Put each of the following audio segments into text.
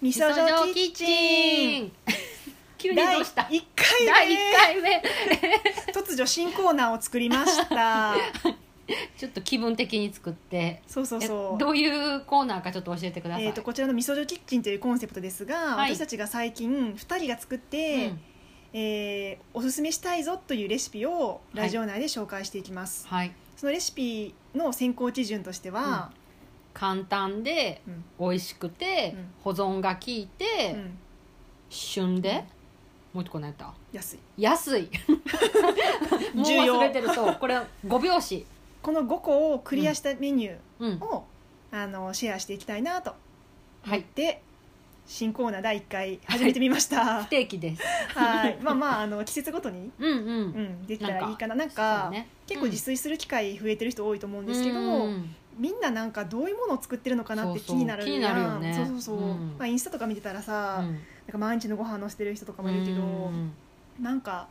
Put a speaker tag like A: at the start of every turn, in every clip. A: み
B: みそ
A: そじょ
B: じょ
A: う
B: う
A: キ
B: キ
A: ッチ
B: ッチ
A: ン
B: ン 急にど
A: 第
B: うした
A: 1回
B: 第
A: 目
B: 1回目
A: 突如新コーナーを作りました
B: ちょっと気分的に作って
A: そうそうそ
B: え
A: う
B: どういうコーナーかちょっと教えてください、
A: えー、とこちらのみそじょうキッチンというコンセプトですが、
B: はい
A: 私たちが最近2人が作って、
B: うん
A: えーおすすめしたいぞというレシピをラジオ内で紹介していきます、
B: はい
A: そのレシピの選考基準としては、
B: 簡単で
A: うん
B: 美味しくて、
A: うん
B: 保存が効いて、
A: うん
B: 旬でもう一個何やった
A: 安い
B: 安 いもう
A: 重要
B: 忘れてるそうこれ5拍子
A: この5個をクリアしたメニュ
B: うん
A: ーを、あのシェアしていきたいなと
B: はい
A: で新コーナー第1回始めてみました
B: 不定期です
A: はいまあまああの季節ごとに、
B: うんうん、
A: う
B: そ
A: ん、できたらいいかななん
B: う
A: か
B: ね
A: 結構自炊する機会増えてる人多いと思うんですけど、
B: うん
A: みんななんかどういうものを作ってるのかなって気になる
B: そうそう気になるよね
A: そうそうそう、
B: うん
A: まあ、インスタとか見てたらさ、
B: う
A: なん
B: ん
A: か毎日のご飯載せてる人とかもいるけど、
B: うん
A: なんか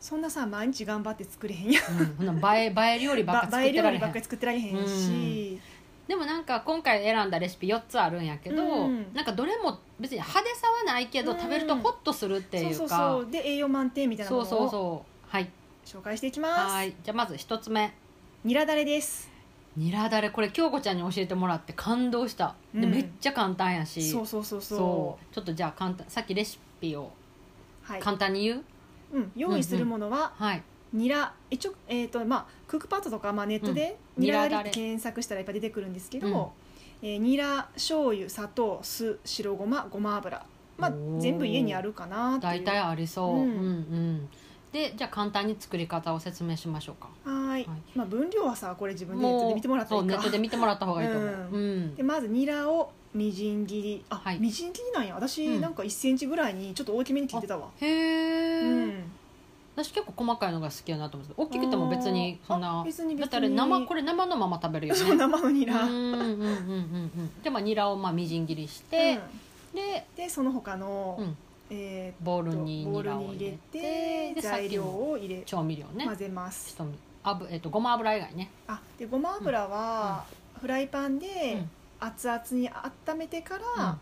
A: そんなさ毎日頑張って作れへんやん
B: うんほんなら映え映え料理ばっか作
A: ば映
B: っ
A: え
B: て
A: 料
B: ら
A: 理
B: れへ
A: ばっ
B: ん
A: かり作ってられへんし、
B: でもなんか今回選んだレシピ4つあるんやけど、
A: うん
B: なんかどれも別に派手さはないけど、
A: うん
B: 食べるとホッとするっていうか
A: そうそうそうで栄養満点みたいなも
B: そ
A: の
B: うそう
A: を
B: そうはい
A: 紹介していきます
B: はいじゃあまず1つ目
A: ニラだれです
B: ニラだれこれ京子ちゃんに教えてもらって感動した、
A: う
B: で
A: ん
B: めっちゃ簡単やし
A: そうそうそうそう
B: そうちょっとじゃあ簡単さっきレシピを
A: はい
B: 簡単に言う、
A: うん、用意するものは
B: はい
A: ニラ一応、えーとまあ、クックパッドとか、まあ、ネットで
B: うん
A: ニラ
B: ニ
A: だ
B: ラだれ
A: れって検索したらいっぱい出てくるんですけど、えーニラ醤油砂糖酢白ごまごま油、まあ
B: おー、
A: 全部家にあるかなってい
B: 大
A: う
B: 体ありそう、う、
A: うんん
B: うんでじゃあ簡単に作り方を説明しましょうか
A: はーい、
B: はい
A: まあ、分量はさこれ自分でネットで見てもらった
B: そ
A: ら
B: う
A: いい
B: ネ
A: か
B: ットで見てもらった方がいいと思う、
A: う
B: うん
A: でまずニラをみじん切りあ、
B: はい
A: みじん切りなんや私、
B: うん
A: なんか1センチぐらいにちょっと大きめに切ってたわ
B: へえ、
A: うん
B: 私結構細かいのが好きやなと思って大きくても別にそんな
A: あ別に別に
B: だってあれ生これ生のまま食べるよね
A: そう生のニラ、
B: うんうんうんうんうんじゃあまあニラをまあみじん切りして、
A: うん
B: で
A: でその他の、
B: うん
A: え
B: ボウ
A: ー
B: ル
A: と
B: に
A: ボウ
B: ニ
A: ル
B: ラを
A: に
B: 入れ
A: 入れ
B: て
A: て
B: でさっき
A: 材料
B: の
A: を入れ
B: 調味料ね
A: 混ぜます
B: ちょっとあぶえっとごま油以外ね
A: あでごま油はフライパンで
B: うん
A: 熱々に温めてから、
B: うん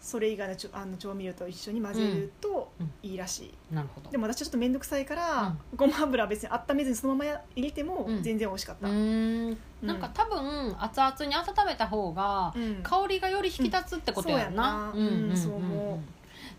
A: それ以外のちょあの調味料と一緒に混ぜると
B: うん
A: いいらしい、
B: なるほど
A: でも私ちょっと面倒くさいから、
B: うん
A: ごま油は別に温めずにそのまま入れても
B: うん
A: 全然美味しかっ
B: う
A: た、
B: ーん
A: うん
B: なんか多分熱々に温めた方が
A: うん
B: 香りがより引き立つってことやな、
A: うんそうやなうん
B: ん
A: そう思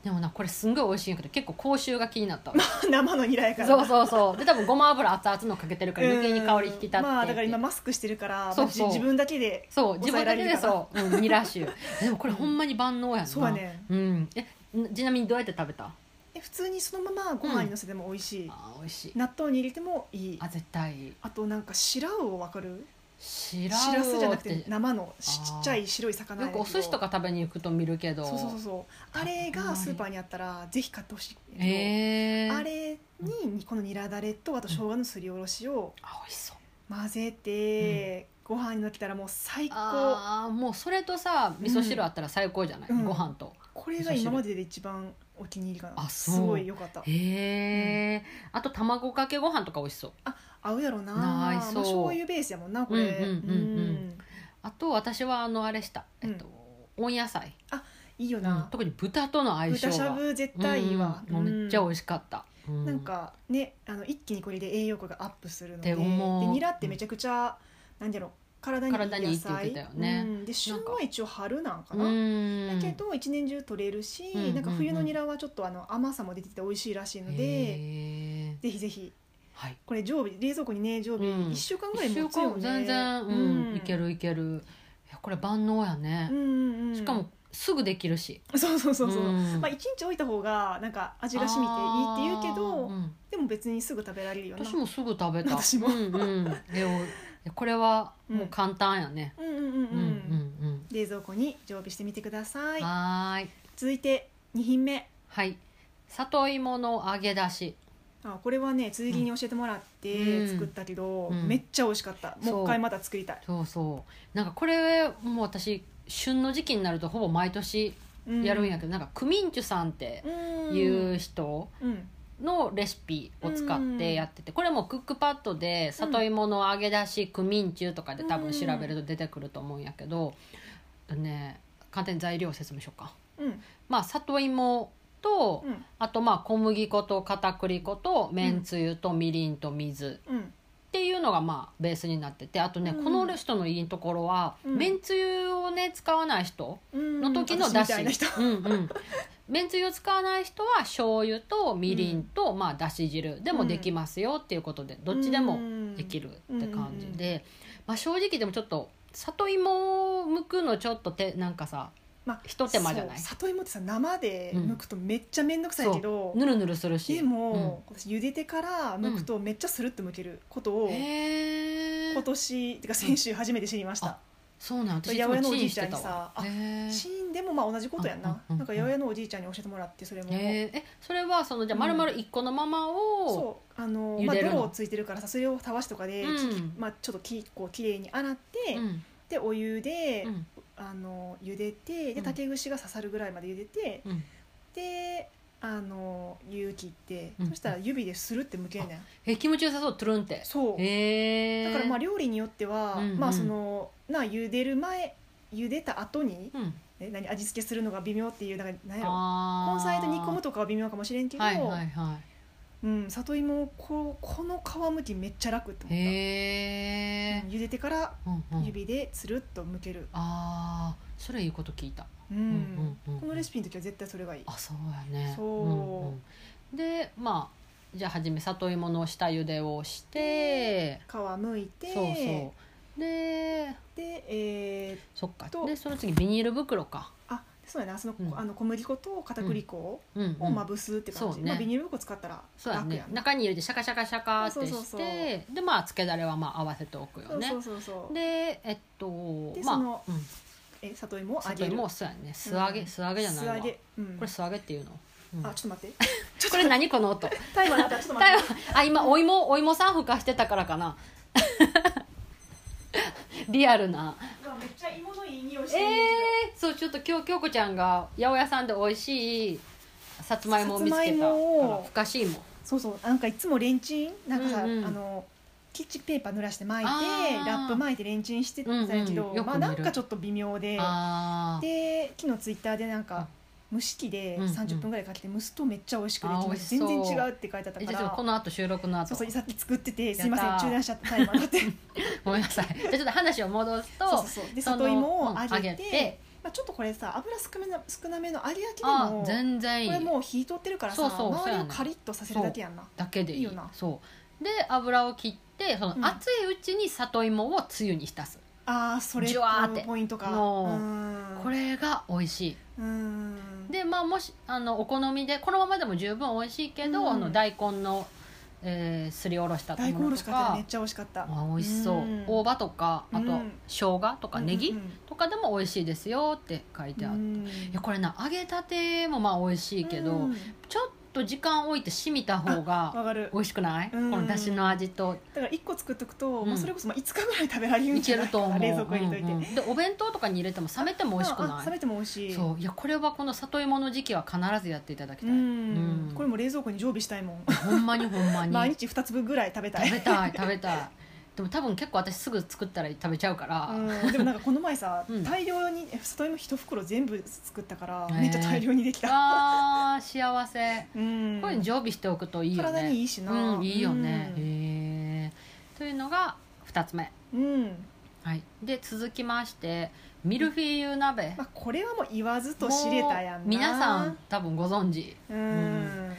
B: でもなこれすんごい美味しいんやけど結構口臭が気になったわ
A: 生のニラやから
B: そうそうそうで多分ごま油熱々のかけてるから
A: うん
B: 余計に香り引き立って
A: まあだから今マスクしてるから
B: そうそう
A: まあじ自分だけで
B: そう
A: 抑
B: 自分
A: えら
B: だ
A: れ
B: け
A: る
B: で
A: から
B: そう、うん、ニラ酒でもこれほんまに万能やんな
A: そうやね
B: うんえんちなみにどうやって食べた
A: え普通にそのままご飯にのせても美味しい、
B: あー美味しい
A: 納豆に入れてもいい
B: あ絶対
A: あとなんか白魚わかる
B: しら
A: しらすじゃなく
B: よ
A: て生の
B: あ
A: し
B: ー
A: ちっちゃい白い魚やねん
B: くお寿司とか食べに行くと見るけど
A: そうそうそうそうあれがスーパーにあったらぜひ買ってほしいけど、
B: えー、
A: あれにこのニラだれとあと生姜のすりおろしを
B: あ美味しそう
A: 混ぜて、ご飯にのってたらもう最高
B: あーもうそれとさ味噌汁あったら最高じゃない、
A: うん
B: ご飯と
A: これが今までで一番お気に入りかな
B: あそう
A: すごい良かった
B: へえ、あと卵かけご飯とか美味しそう
A: 合うやろな
B: な
A: ま
B: い
A: あ、
B: そう
A: 醤油ベースやもんなこれ
B: うんうんうんうんあと私はあのあれした、えっと温野菜、
A: いいよ
B: うん
A: な、
B: 特に豚との相性
A: 豚
B: が
A: しゃぶ絶対いいわ、
B: うんもうめっちゃ美
A: い、
B: 味しかった、うん
A: なんかねあの一気にこれで栄養価がアップするの
B: っ
A: で
B: て思う
A: でニラってめちゃくちゃ、なんだろう体にいい野菜
B: 体にいいって言ってたよね
A: うん、で旬
B: なんか
A: は一応春なんか
B: う
A: な
B: ん
A: だけど一年中取れるし、
B: うんうんうん
A: なんか冬のニラはちょっとあの甘さも出てて美味しいらしいので、
B: へー
A: ぜひぜひ
B: はい
A: これ常備冷蔵庫にね常備、
B: うん
A: 一週間ぐらい
B: 一週
A: 持つよ
B: 間
A: ね
B: 全然、うんいけ、るいけるいやこれ万能や
A: う
B: ね
A: ん、うんうん、
B: しかもすぐできるし
A: そうそうそうそう、
B: うん
A: まあ、一日置いた方がなんか味が染みていいって言うけど、
B: あーうん
A: でも別にすぐ食べられるよな
B: 私もすぐ食べた
A: 私も
B: うんうん、でもいやこれはもう簡単やね、
A: うんうんうんうん、
B: うん、うん
A: 冷蔵庫に常備してみてくださ
B: うん
A: い
B: はーい
A: 続いて2品目
B: はい里芋の揚げ出し
A: あこれはね続きに教えてもらっ
B: う
A: て
B: ん
A: 作ったけど、
B: うん
A: めっちゃ美味しかった、
B: そう
A: もう一回また作りたい、
B: そうそうなんかこれもう私旬の時期になるとほぼ毎年
A: う
B: やるんやけど、なんかクミンチュさんっていう人
A: うん、うん
B: のレシピを使ってやってて、これもクックパッドで里芋の揚げ出し、クミンチュとかで多分調べると出てくると思うんやけど、ね簡単に材料を説明しようか
A: うん
B: まあ、里芋と、
A: うん
B: あとまあ小麦粉と片栗粉とめんつゆとみりんと水
A: うん
B: っていうのがまあベースになっててあとね、
A: うん
B: この人のいいところは、
A: うん
B: めんつゆをね使わない人
A: うん
B: の時の
A: 私
B: だ
A: み
B: し、
A: たいな人
B: うんうん、めんつゆを使わない人は醤油とみりんと、まあだし汁でもできますよっていうことでどっちでもでき
A: る
B: るって感じで、まあ、正直でもちょっと里芋を剥くのちょっとてなんかさ、
A: まあ
B: ひと手間じゃない
A: 里芋ってさ生で剥くとめっちゃ面倒くさいけど、
B: ぬるぬるするし
A: でも、私茹でてから剥くとめっちゃスルッと剥けることを、
B: うん
A: 今
B: へー
A: 年てか先週初めて知りました、
B: そうなん私
A: 八
B: いつ
A: 百
B: も
A: 屋のお
B: チ
A: じ
B: ン
A: い
B: し
A: ちゃ
B: て
A: んに
B: たわ
A: さあ
B: へー
A: シーンでもまあ同じことやんな、
B: うんうんうん
A: なんか八百屋のおじいちゃんに教えてもらってそれも、
B: へーえそれはそのじゃあ丸々1個のままを、
A: そうあの
B: 茹
A: まあ
B: でるの
A: 泥ついてるからさそれをたわしとかで、
B: うん
A: ききまあ、ちょっときこう綺麗に洗って、
B: うん
A: でお湯で、
B: うん
A: あの茹でて
B: う
A: で
B: ん
A: 竹串が刺さるぐらいまで茹でて、
B: うん
A: であの湯切って、
B: うん
A: そしたら指でするってむけんねん、
B: え気持ちよさそうトゥルンって
A: そう、
B: へえ
A: だからまあ料理によっては、
B: うんうん
A: まあそのな茹でる前茹でた後に、
B: うん、
A: え何味付けするのが微妙っていうなんか何やろ
B: あ
A: 根菜と煮込む
B: と
A: とかは微妙かもしれんけど、
B: はいはいは
A: うん、里芋ここの皮むきめっちゃ楽って
B: い
A: 思っ
B: へ
A: た、
B: え
A: うん、、茹でてから
B: うんうん、
A: 指でつるっとむける、
B: ああそれいいこと聞いた
A: うん
B: うんうんうん
A: このレシピの時は絶対それがいい
B: あそうやね
A: そう
B: うんうんでまあじゃあ初め里芋の下茹でをして
A: 皮むいて
B: そうそうで
A: でえー
B: そっか
A: と
B: でその次ビニール袋か
A: あそうやなその,、
B: うん
A: あの小麦粉と片栗粉
B: うんうん
A: をまぶすって感じ、
B: そうね
A: まあ、ビニール袋使ったら
B: そうや
A: 楽
B: ね
A: やんな
B: 中に入れてシャカシャカシャカってして
A: そうそうそう
B: でまあつけだれはまあ合わせておくよ
A: そう
B: ね
A: そうそうそう
B: でえっと
A: で
B: まあ
A: その
B: うん、
A: え里芋を揚
B: 里
A: げる
B: 芋もそうやね素揚げ、
A: うん
B: 素揚げじゃないわ
A: 素揚げ、うん、
B: これ素揚げっていうの、うん
A: あちょっと待って
B: これ何この音
A: タイマーだったちょっと待
B: 台
A: っ
B: 湾あ今お芋お芋さんふかしてたからかな リアルな
A: てうわめっちゃ芋のいい匂いし
B: え
A: てる
B: ー、そうちょっと今日京子ちゃんが八百屋さんで美味しいさつまいもを見つ
A: さ
B: け
A: つ
B: た
A: まいもを
B: からふかしいも
A: そうそうなんかいつもレンチンなんかさ、
B: うんうん
A: あのキッチンペーパー濡らして巻いて
B: あー
A: ラップ巻いてレンチンしてたんやけど、
B: うんうんよく見る
A: まあなんかちょっと微妙で
B: あー
A: で昨日ツイッターでなんか蒸し器で
B: うんうん
A: 30分ぐらいかけて蒸すとめっちゃ美味しくで
B: あー
A: き
B: 美
A: る
B: 味しそう
A: 全然違うって書いてあった
B: え
A: か
B: じゃあちょっとこ
A: ら
B: の後収録の後
A: そうそうさっき作ってて
B: ったー
A: すいません中断しちゃったタイマーだ って
B: ごめんなさいじゃあちょっと話を戻すと
A: そうそうそうで
B: その
A: 里芋を
B: うん
A: 揚げて,、
B: 揚げて
A: まあ、ちょっとこれさ油少めな少なめの揚げ焼きで
B: あ
A: も
B: 全然い
A: これ
B: い
A: もう火通ってるからさ
B: そうそうそう
A: 周り
B: や
A: を
B: ね
A: カリッとさせるだけやんな
B: だけでいい
A: いいよな
B: そうで油を切ってそ
A: うん
B: の熱いうちに里芋をつゆに浸す、
A: あーそれ
B: ジュワーって
A: ポイントか
B: もう
A: うん
B: これが美味しい
A: うん
B: でまあもしあのお好みでこのままでも十分美味しいけど、
A: うん
B: あの大根の、えーすりおろしたも
A: 大根お
B: の
A: ろ
B: と
A: し買って
B: か
A: めっちゃ美味しかった
B: あ美味しそう、
A: うん
B: 大葉とかあと、
A: うん
B: 生姜とかネギ、
A: うんうん
B: とかでも美味しいですよって書いてある、
A: う
B: い
A: ん
B: やこれな揚げたてもまあ美味しいけど、
A: うん
B: ちょっと時間置いて染みた方
A: わ
B: が
A: かる
B: 美味しくない、
A: うん
B: このだしの味と
A: だから一個作っとくと、
B: うん
A: まあ、それこそまあ5日ぐらい食べられるん
B: い
A: じ
B: け
A: ゃない
B: ると思う
A: 冷蔵庫に入れといて、
B: うんうんでお弁当とかに入れても冷めても美味しく
A: まあ
B: な
A: あ
B: い
A: 冷めても美味しい
B: そういやこれはこの里芋の時期は必ずやっていただきた
A: う
B: い、
A: ん
B: うん
A: これも冷蔵庫に常備したいもん
B: ほんまにほんまに
A: 毎日2粒ぐらい食べたい
B: 食べたい食べたいでも多分結構私すぐ作ったら食べちゃうから、
A: うんでもなんかこの前さ、
B: うん
A: 大量にえ里芋一袋全部作ったから、
B: へー
A: めっちゃ大量にできた、
B: あー幸せ
A: うん、
B: こういうの常備しておくといいよね
A: 体にいいしな、
B: うん、いいよね、へえというのが2つ目、
A: うん、うん
B: はい、で続きましてミルフィーユ鍋、
A: まあ、これはもう言わずと知れたやんな
B: もう皆さん多分ご存知
A: うん、
B: ん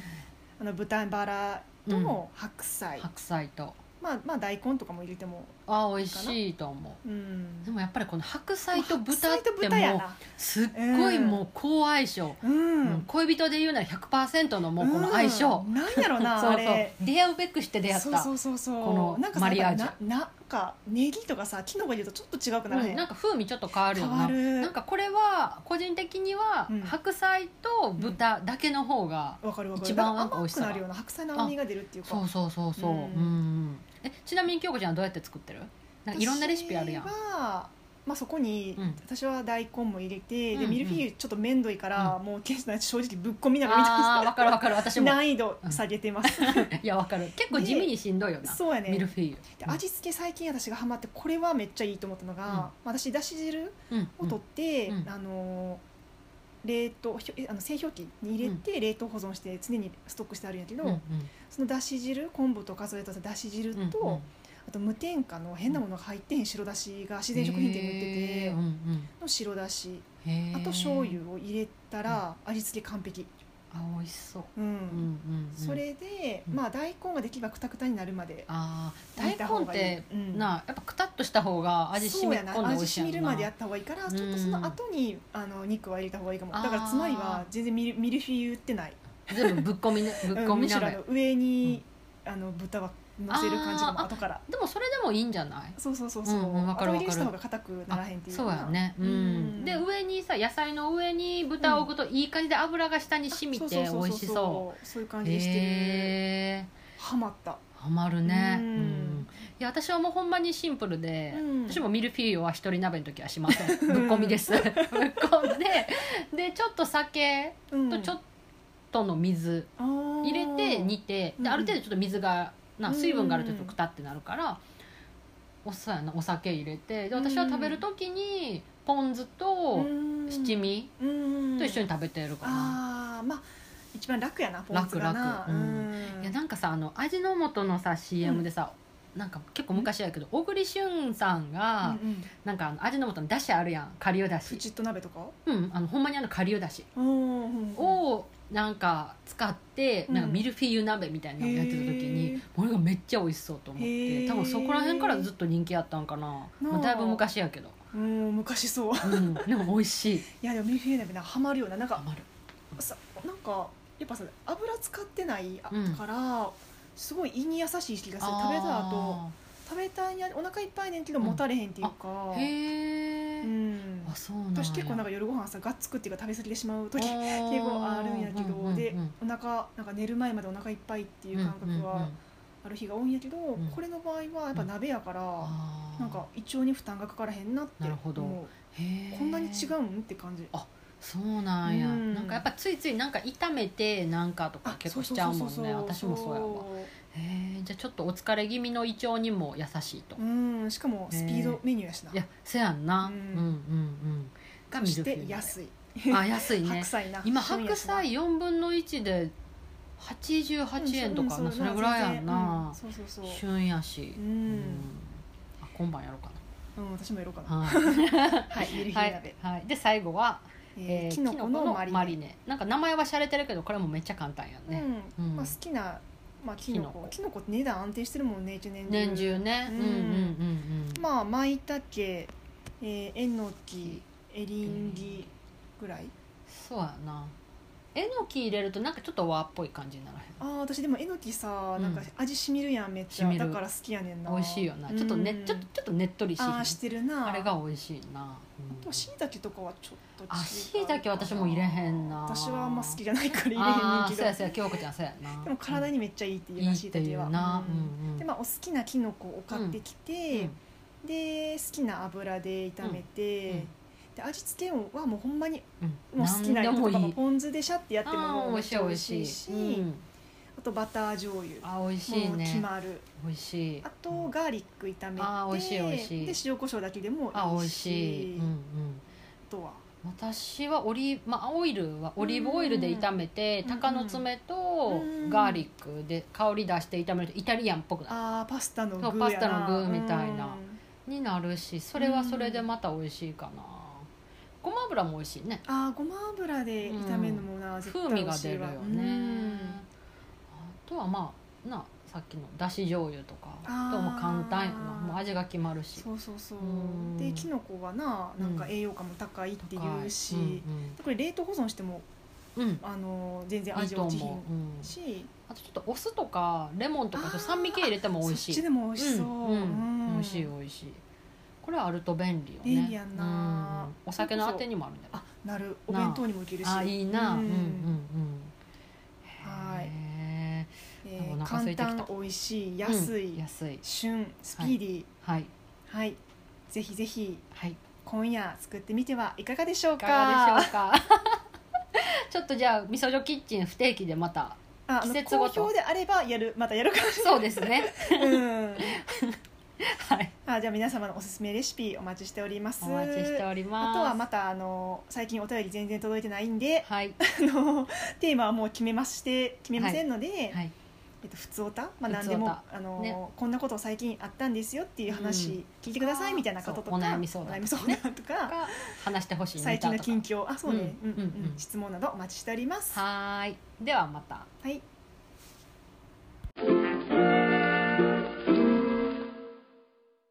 A: あの豚バラ
B: うん
A: と白菜、
B: 白菜と
A: まあまあ大根とかも入れても
B: あ美味しいと思
A: う
B: うんでもやっぱりこの白菜と豚っ
A: 白菜と
B: て
A: 豚や
B: もう
A: な
B: すっごいもう好相性、
A: う
B: うん
A: ん
B: 恋人で言うなら100%のもうこの相性、
A: うんなんやろな
B: そう
A: あ
B: そう
A: れ
B: 出会うべくして出会った
A: そうそうそうそう
B: この
A: なんかさ
B: マリアージュ
A: やっぱりななんかネギとかさキノコ入れるとちょっと違くならへ、
B: うんんなんか風味ちょっと変わるよ
A: 変
B: な
A: わる
B: なんかこれは個人的には
A: うん
B: 白菜と豚だけの方が、
A: わかるわかる
B: 一番なんか美
A: 甘
B: 味し
A: く
B: さが
A: なるような白菜の甘みが出るっていうか
B: そうそうそうそう、う
A: うん
B: んうんえちなみに京子ちゃんはどうやって作ってるなんかいろんなレシピあるやん
A: 私はまあ、そこに、
B: うん
A: 私は大根も入れて、
B: うんう
A: で
B: ん
A: ミルフィーユちょっと面倒いから、もうケースのやつ正直ぶっ込みながらみたい
B: あ
A: な
B: あ分かる分かる私も
A: 難易度下げてます、
B: いや分かる結構地味にしんどいよな、
A: そうや
B: ミ
A: ね
B: ルフィーユ
A: で味付け最近私がハマってこれはめっちゃいいと思ったのが、
B: うん
A: まあ私だし汁
B: うん
A: を取って、
B: うんうん
A: あのー冷凍ひょえあの製氷機に入れて冷凍保存して常にストックしてあるんやけど、
B: うんうん
A: そのだし汁昆布とかそれとだし汁
B: うんうん
A: と、あと無添加の変なものが入ってへん白だしが自然食品店に売って
B: へー
A: て
B: うんうん
A: の白だし
B: へ
A: あ
B: ー
A: と醤油を入れたら味付け完璧、
B: あ美味しそう、
A: うん
B: うんうんうん
A: それで、
B: うん
A: まあ大根ができればくたくたになるまで
B: あー
A: 煮た
B: 大
A: 方
B: 根っ
A: がいい
B: て、
A: うん
B: なやっぱくたっとした方が味
A: そ
B: 染
A: う
B: み
A: や
B: 込ん
A: な
B: で
A: 味
B: 美味しい
A: し
B: やん
A: みる
B: な
A: までやった方がいいからちょっとその後にあの肉は入れた方がいいかもだからつまりは全然ミルミルフィーユ売ってない
B: 全部ぶっ込みねぶっ込
A: うんむ
B: み
A: しろ
B: 鍋
A: あの上に、あの豚は乗せる感じかも
B: あー
A: 後から
B: でもそれでもいいんじゃない
A: そうそうそうそう、
B: うんうんわかる
A: 後
B: わかる
A: 入れした方が硬くならへんっていうか
B: そう
A: な
B: やね、うん
A: うん
B: で上にさ野菜の上に豚を置くといい感じで油が下に染み
A: そう
B: て美味しそう
A: そういう感
B: う
A: じにしてる
B: へえ
A: ハマった
B: ハマるね、
A: う
B: うんんいや私はもうほんまにシンプルで、
A: うん
B: 私もミルフィーユは一人鍋の時はしません ぶっ込みですぶっ込んででちょっと酒とちょっとの水入れて煮て
A: うん
B: である程度ちょっと水が
A: う
B: なん水分があるとちょっとくたってなるからおさやなお酒入れてで私は食べる時にポン酢と七味と一緒
A: に
B: に食べてるかな。
A: ああまあ一番楽やなポン酢がな
B: 楽楽うんいやなんかさあの味の素のさ CM でさ、なんか結構昔やけど小栗旬さんが、
A: うんうん
B: なんかあの味の素のだしあるやん顆粒だ
A: プ
B: し
A: チッと鍋とか
B: うんあのほんまにあの顆粒だし
A: お
B: をなんか使って、
A: うん
B: なんかミルフィーユ鍋みたいなのをやってた時
A: へー
B: にこれがめっちゃ美味しそうと思っ
A: へ
B: て
A: ー
B: 多分そこら辺からずっと人気あったんかな、
A: なあ
B: まあ、だいぶ昔やけど、
A: うん昔そう
B: うん、でも美味しい
A: いやでもミルフィーユ鍋なハマるよななん
B: ハ
A: か
B: マる
A: さなんかやっぱさ油使ってないあ
B: うん
A: からすごい胃に優しい気がする食べた後食べたいにお腹いっぱいねんけど
B: うん
A: もたれへんっていうか
B: あーへえ、
A: うん
B: あそうなんや
A: 私結構なんか夜ご飯さがっつくっていうか食べ過ぎてしまう時結構あるんやけ
B: うんうんう
A: ど
B: ん
A: でお腹なんか寝る前までお腹いっぱいっていう感覚
B: うんうんう
A: は
B: ん
A: ある日が多いんやけど
B: ん
A: これの場合はやっぱ鍋やから
B: あー
A: なんか胃腸に負担がかからへんなって
B: なるほど
A: 思
B: へ
A: う
B: ー
A: こんなに違うんって感じ
B: あそうなんや、
A: うん
B: なんかやっぱついついなんか炒めてなんかとか結構しちゃうもんね私もそうやわへえじゃあちょっとお疲れ気味の胃腸にも優しいと、
A: うんしかもスピードメニューやしない
B: やせやんな、
A: う
B: うんん、うんうんが
A: そ
B: ミル
A: し
B: フィー
A: て
B: ユ
A: 安い
B: あ安いね
A: 白菜な
B: 今
A: 旬
B: 白
A: やしな
B: 菜4分の1で88円とかな、それぐらいやんな、
A: うんそうそうそう
B: 旬やし、
A: う
B: うんあ今晩やろうか
A: うん私もやろうかな
B: なはい、
A: はいミルフィ
B: は
A: ーユ鍋
B: いはい、で最後は、
A: え
B: え
A: ー
B: ー
A: キノコのマリネ
B: なんか名前は洒落てるけどこれもめっちゃ簡単やね、
A: うん
B: うん
A: まあ、好きな、まあ、キノコキ
B: キ
A: ノコって値段安定してるもんね一年中
B: 年中ね、
A: う
B: うんん、うんうんうん
A: まあまいたけ、えー、えのきエリンギぐらい
B: そうやなえのき入れるとなんかちょっと和っぽい感じにならへん
A: あー私でもえのきさ
B: うん
A: なんか味しみるやんめっちゃ、
B: しみ
A: だ
B: る
A: から好きやねんな
B: 美味しいよなちょっとね、
A: うん
B: ちょっとちょっとねっとりし
A: あーしてるな
B: あれが美味しいな、うん
A: あとしいたけとかはちょっと違う
B: あ椎茸私も入れへんな
A: 私はあんま好きじゃないから入れへん
B: あ
A: ね
B: ー
A: ん
B: そう
A: け
B: や
A: ど
B: そうや京子ちゃんそうやな
A: でも体
B: に
A: にめっちゃいいっていう
B: い
A: ら
B: い
A: しい
B: って
A: た
B: い
A: けは
B: うな
A: う
B: うんんうん
A: でまあ、お好きなきのこを買ってきて、
B: うん
A: で好きな油で炒めて、
B: うんうん
A: で味付けはもうほんまに
B: うん
A: もう好きなや
B: 何
A: つと
B: でも
A: かも
B: いい
A: ポン酢でシャッてやって
B: あ
A: もも
B: ー美
A: う
B: 味しい美味しい
A: し、
B: うん
A: あとバター醤油
B: あー美味しい
A: もう決
B: ね
A: まる
B: 美味しい
A: あとガーリック炒めて
B: あー美味しい美味しい
A: で塩コショウだけでもいいし
B: あ美味しいうんうん
A: あとは
B: 私はオリ,、まあ、オイルはオリーブオイルで炒めて、
A: うん
B: 鷹の爪と
A: うん
B: ガーリックで香り出して炒めるとイタリアンっぽくな
A: あーパスタの具やな
B: そうパスタの具みたいな
A: うん
B: になるしそれはそれでまた美味しいかなごま油も美味しいね
A: あーごま油で炒めるのもな、絶対
B: 風味
A: 美
B: が
A: 味し
B: 出
A: い
B: るよ
A: わ
B: ねあとはまあなさっきのだし醤油とか
A: あー
B: とも簡単やなもう味が決まるし
A: そうそうそう
B: うん
A: できのこはななんか
B: うん
A: 栄養価も高いっていうし、
B: うん
A: これ冷凍保存しても
B: うん、うん
A: あの全然
B: いい
A: 味
B: と
A: 落ちひ
B: 思
A: ん
B: う、うん、
A: し
B: あとちょっとお酢とかレモンとかちょっと酸味系入れても美味しい
A: そっちでも美味しそう、
B: んん
A: うん
B: 美味しい美味しいこれはあると便利よね
A: 便利やんな
B: うんお酒のあてにもあるんだよ
A: あなるお弁当にもいけるし
B: あいいな、
A: う
B: うんん、うんうん
A: はい
B: へ
A: え
B: でも
A: ー
B: お腹空
A: 簡
B: いてきた
A: 単美味しい
B: ー
A: 安い、
B: うん安い
A: 旬スピーディー
B: はい
A: はい、ぜひぜひ
B: はい
A: 今夜作ってみてはいかがでしょう
B: い
A: か
B: かがでしょうか ちょっとじゃあみそじょキッチン不定期でまた
A: ああ
B: 季
A: の
B: 節ご
A: 好
B: と
A: 評 であればやるまたやるかもしれない
B: そうですね
A: うん
B: はい
A: あじゃあ皆様のおすすめレシピお待ちしております
B: お待ちしておりま
A: あ
B: す
A: とはまたあの最近お便り全然届いてないんで
B: はい
A: あのテーマはもう決めまして決めませんので、
B: はい
A: えっと、普通おた、まあ、
B: 普
A: 何
B: 通
A: で
B: おた
A: も、あの
B: ね
A: こんなこと最近あったんですよっていう
B: うん
A: 話聞いてくださいみたいなこととか、
B: そうお悩み相談
A: お悩み相談とか
B: が話してほしいネ
A: 最
B: タ
A: 近の
B: とか
A: 近況あそうね、
B: うん
A: うんうん
B: うんうん
A: 質問などお待ちしております。
B: はーいではまた
A: はい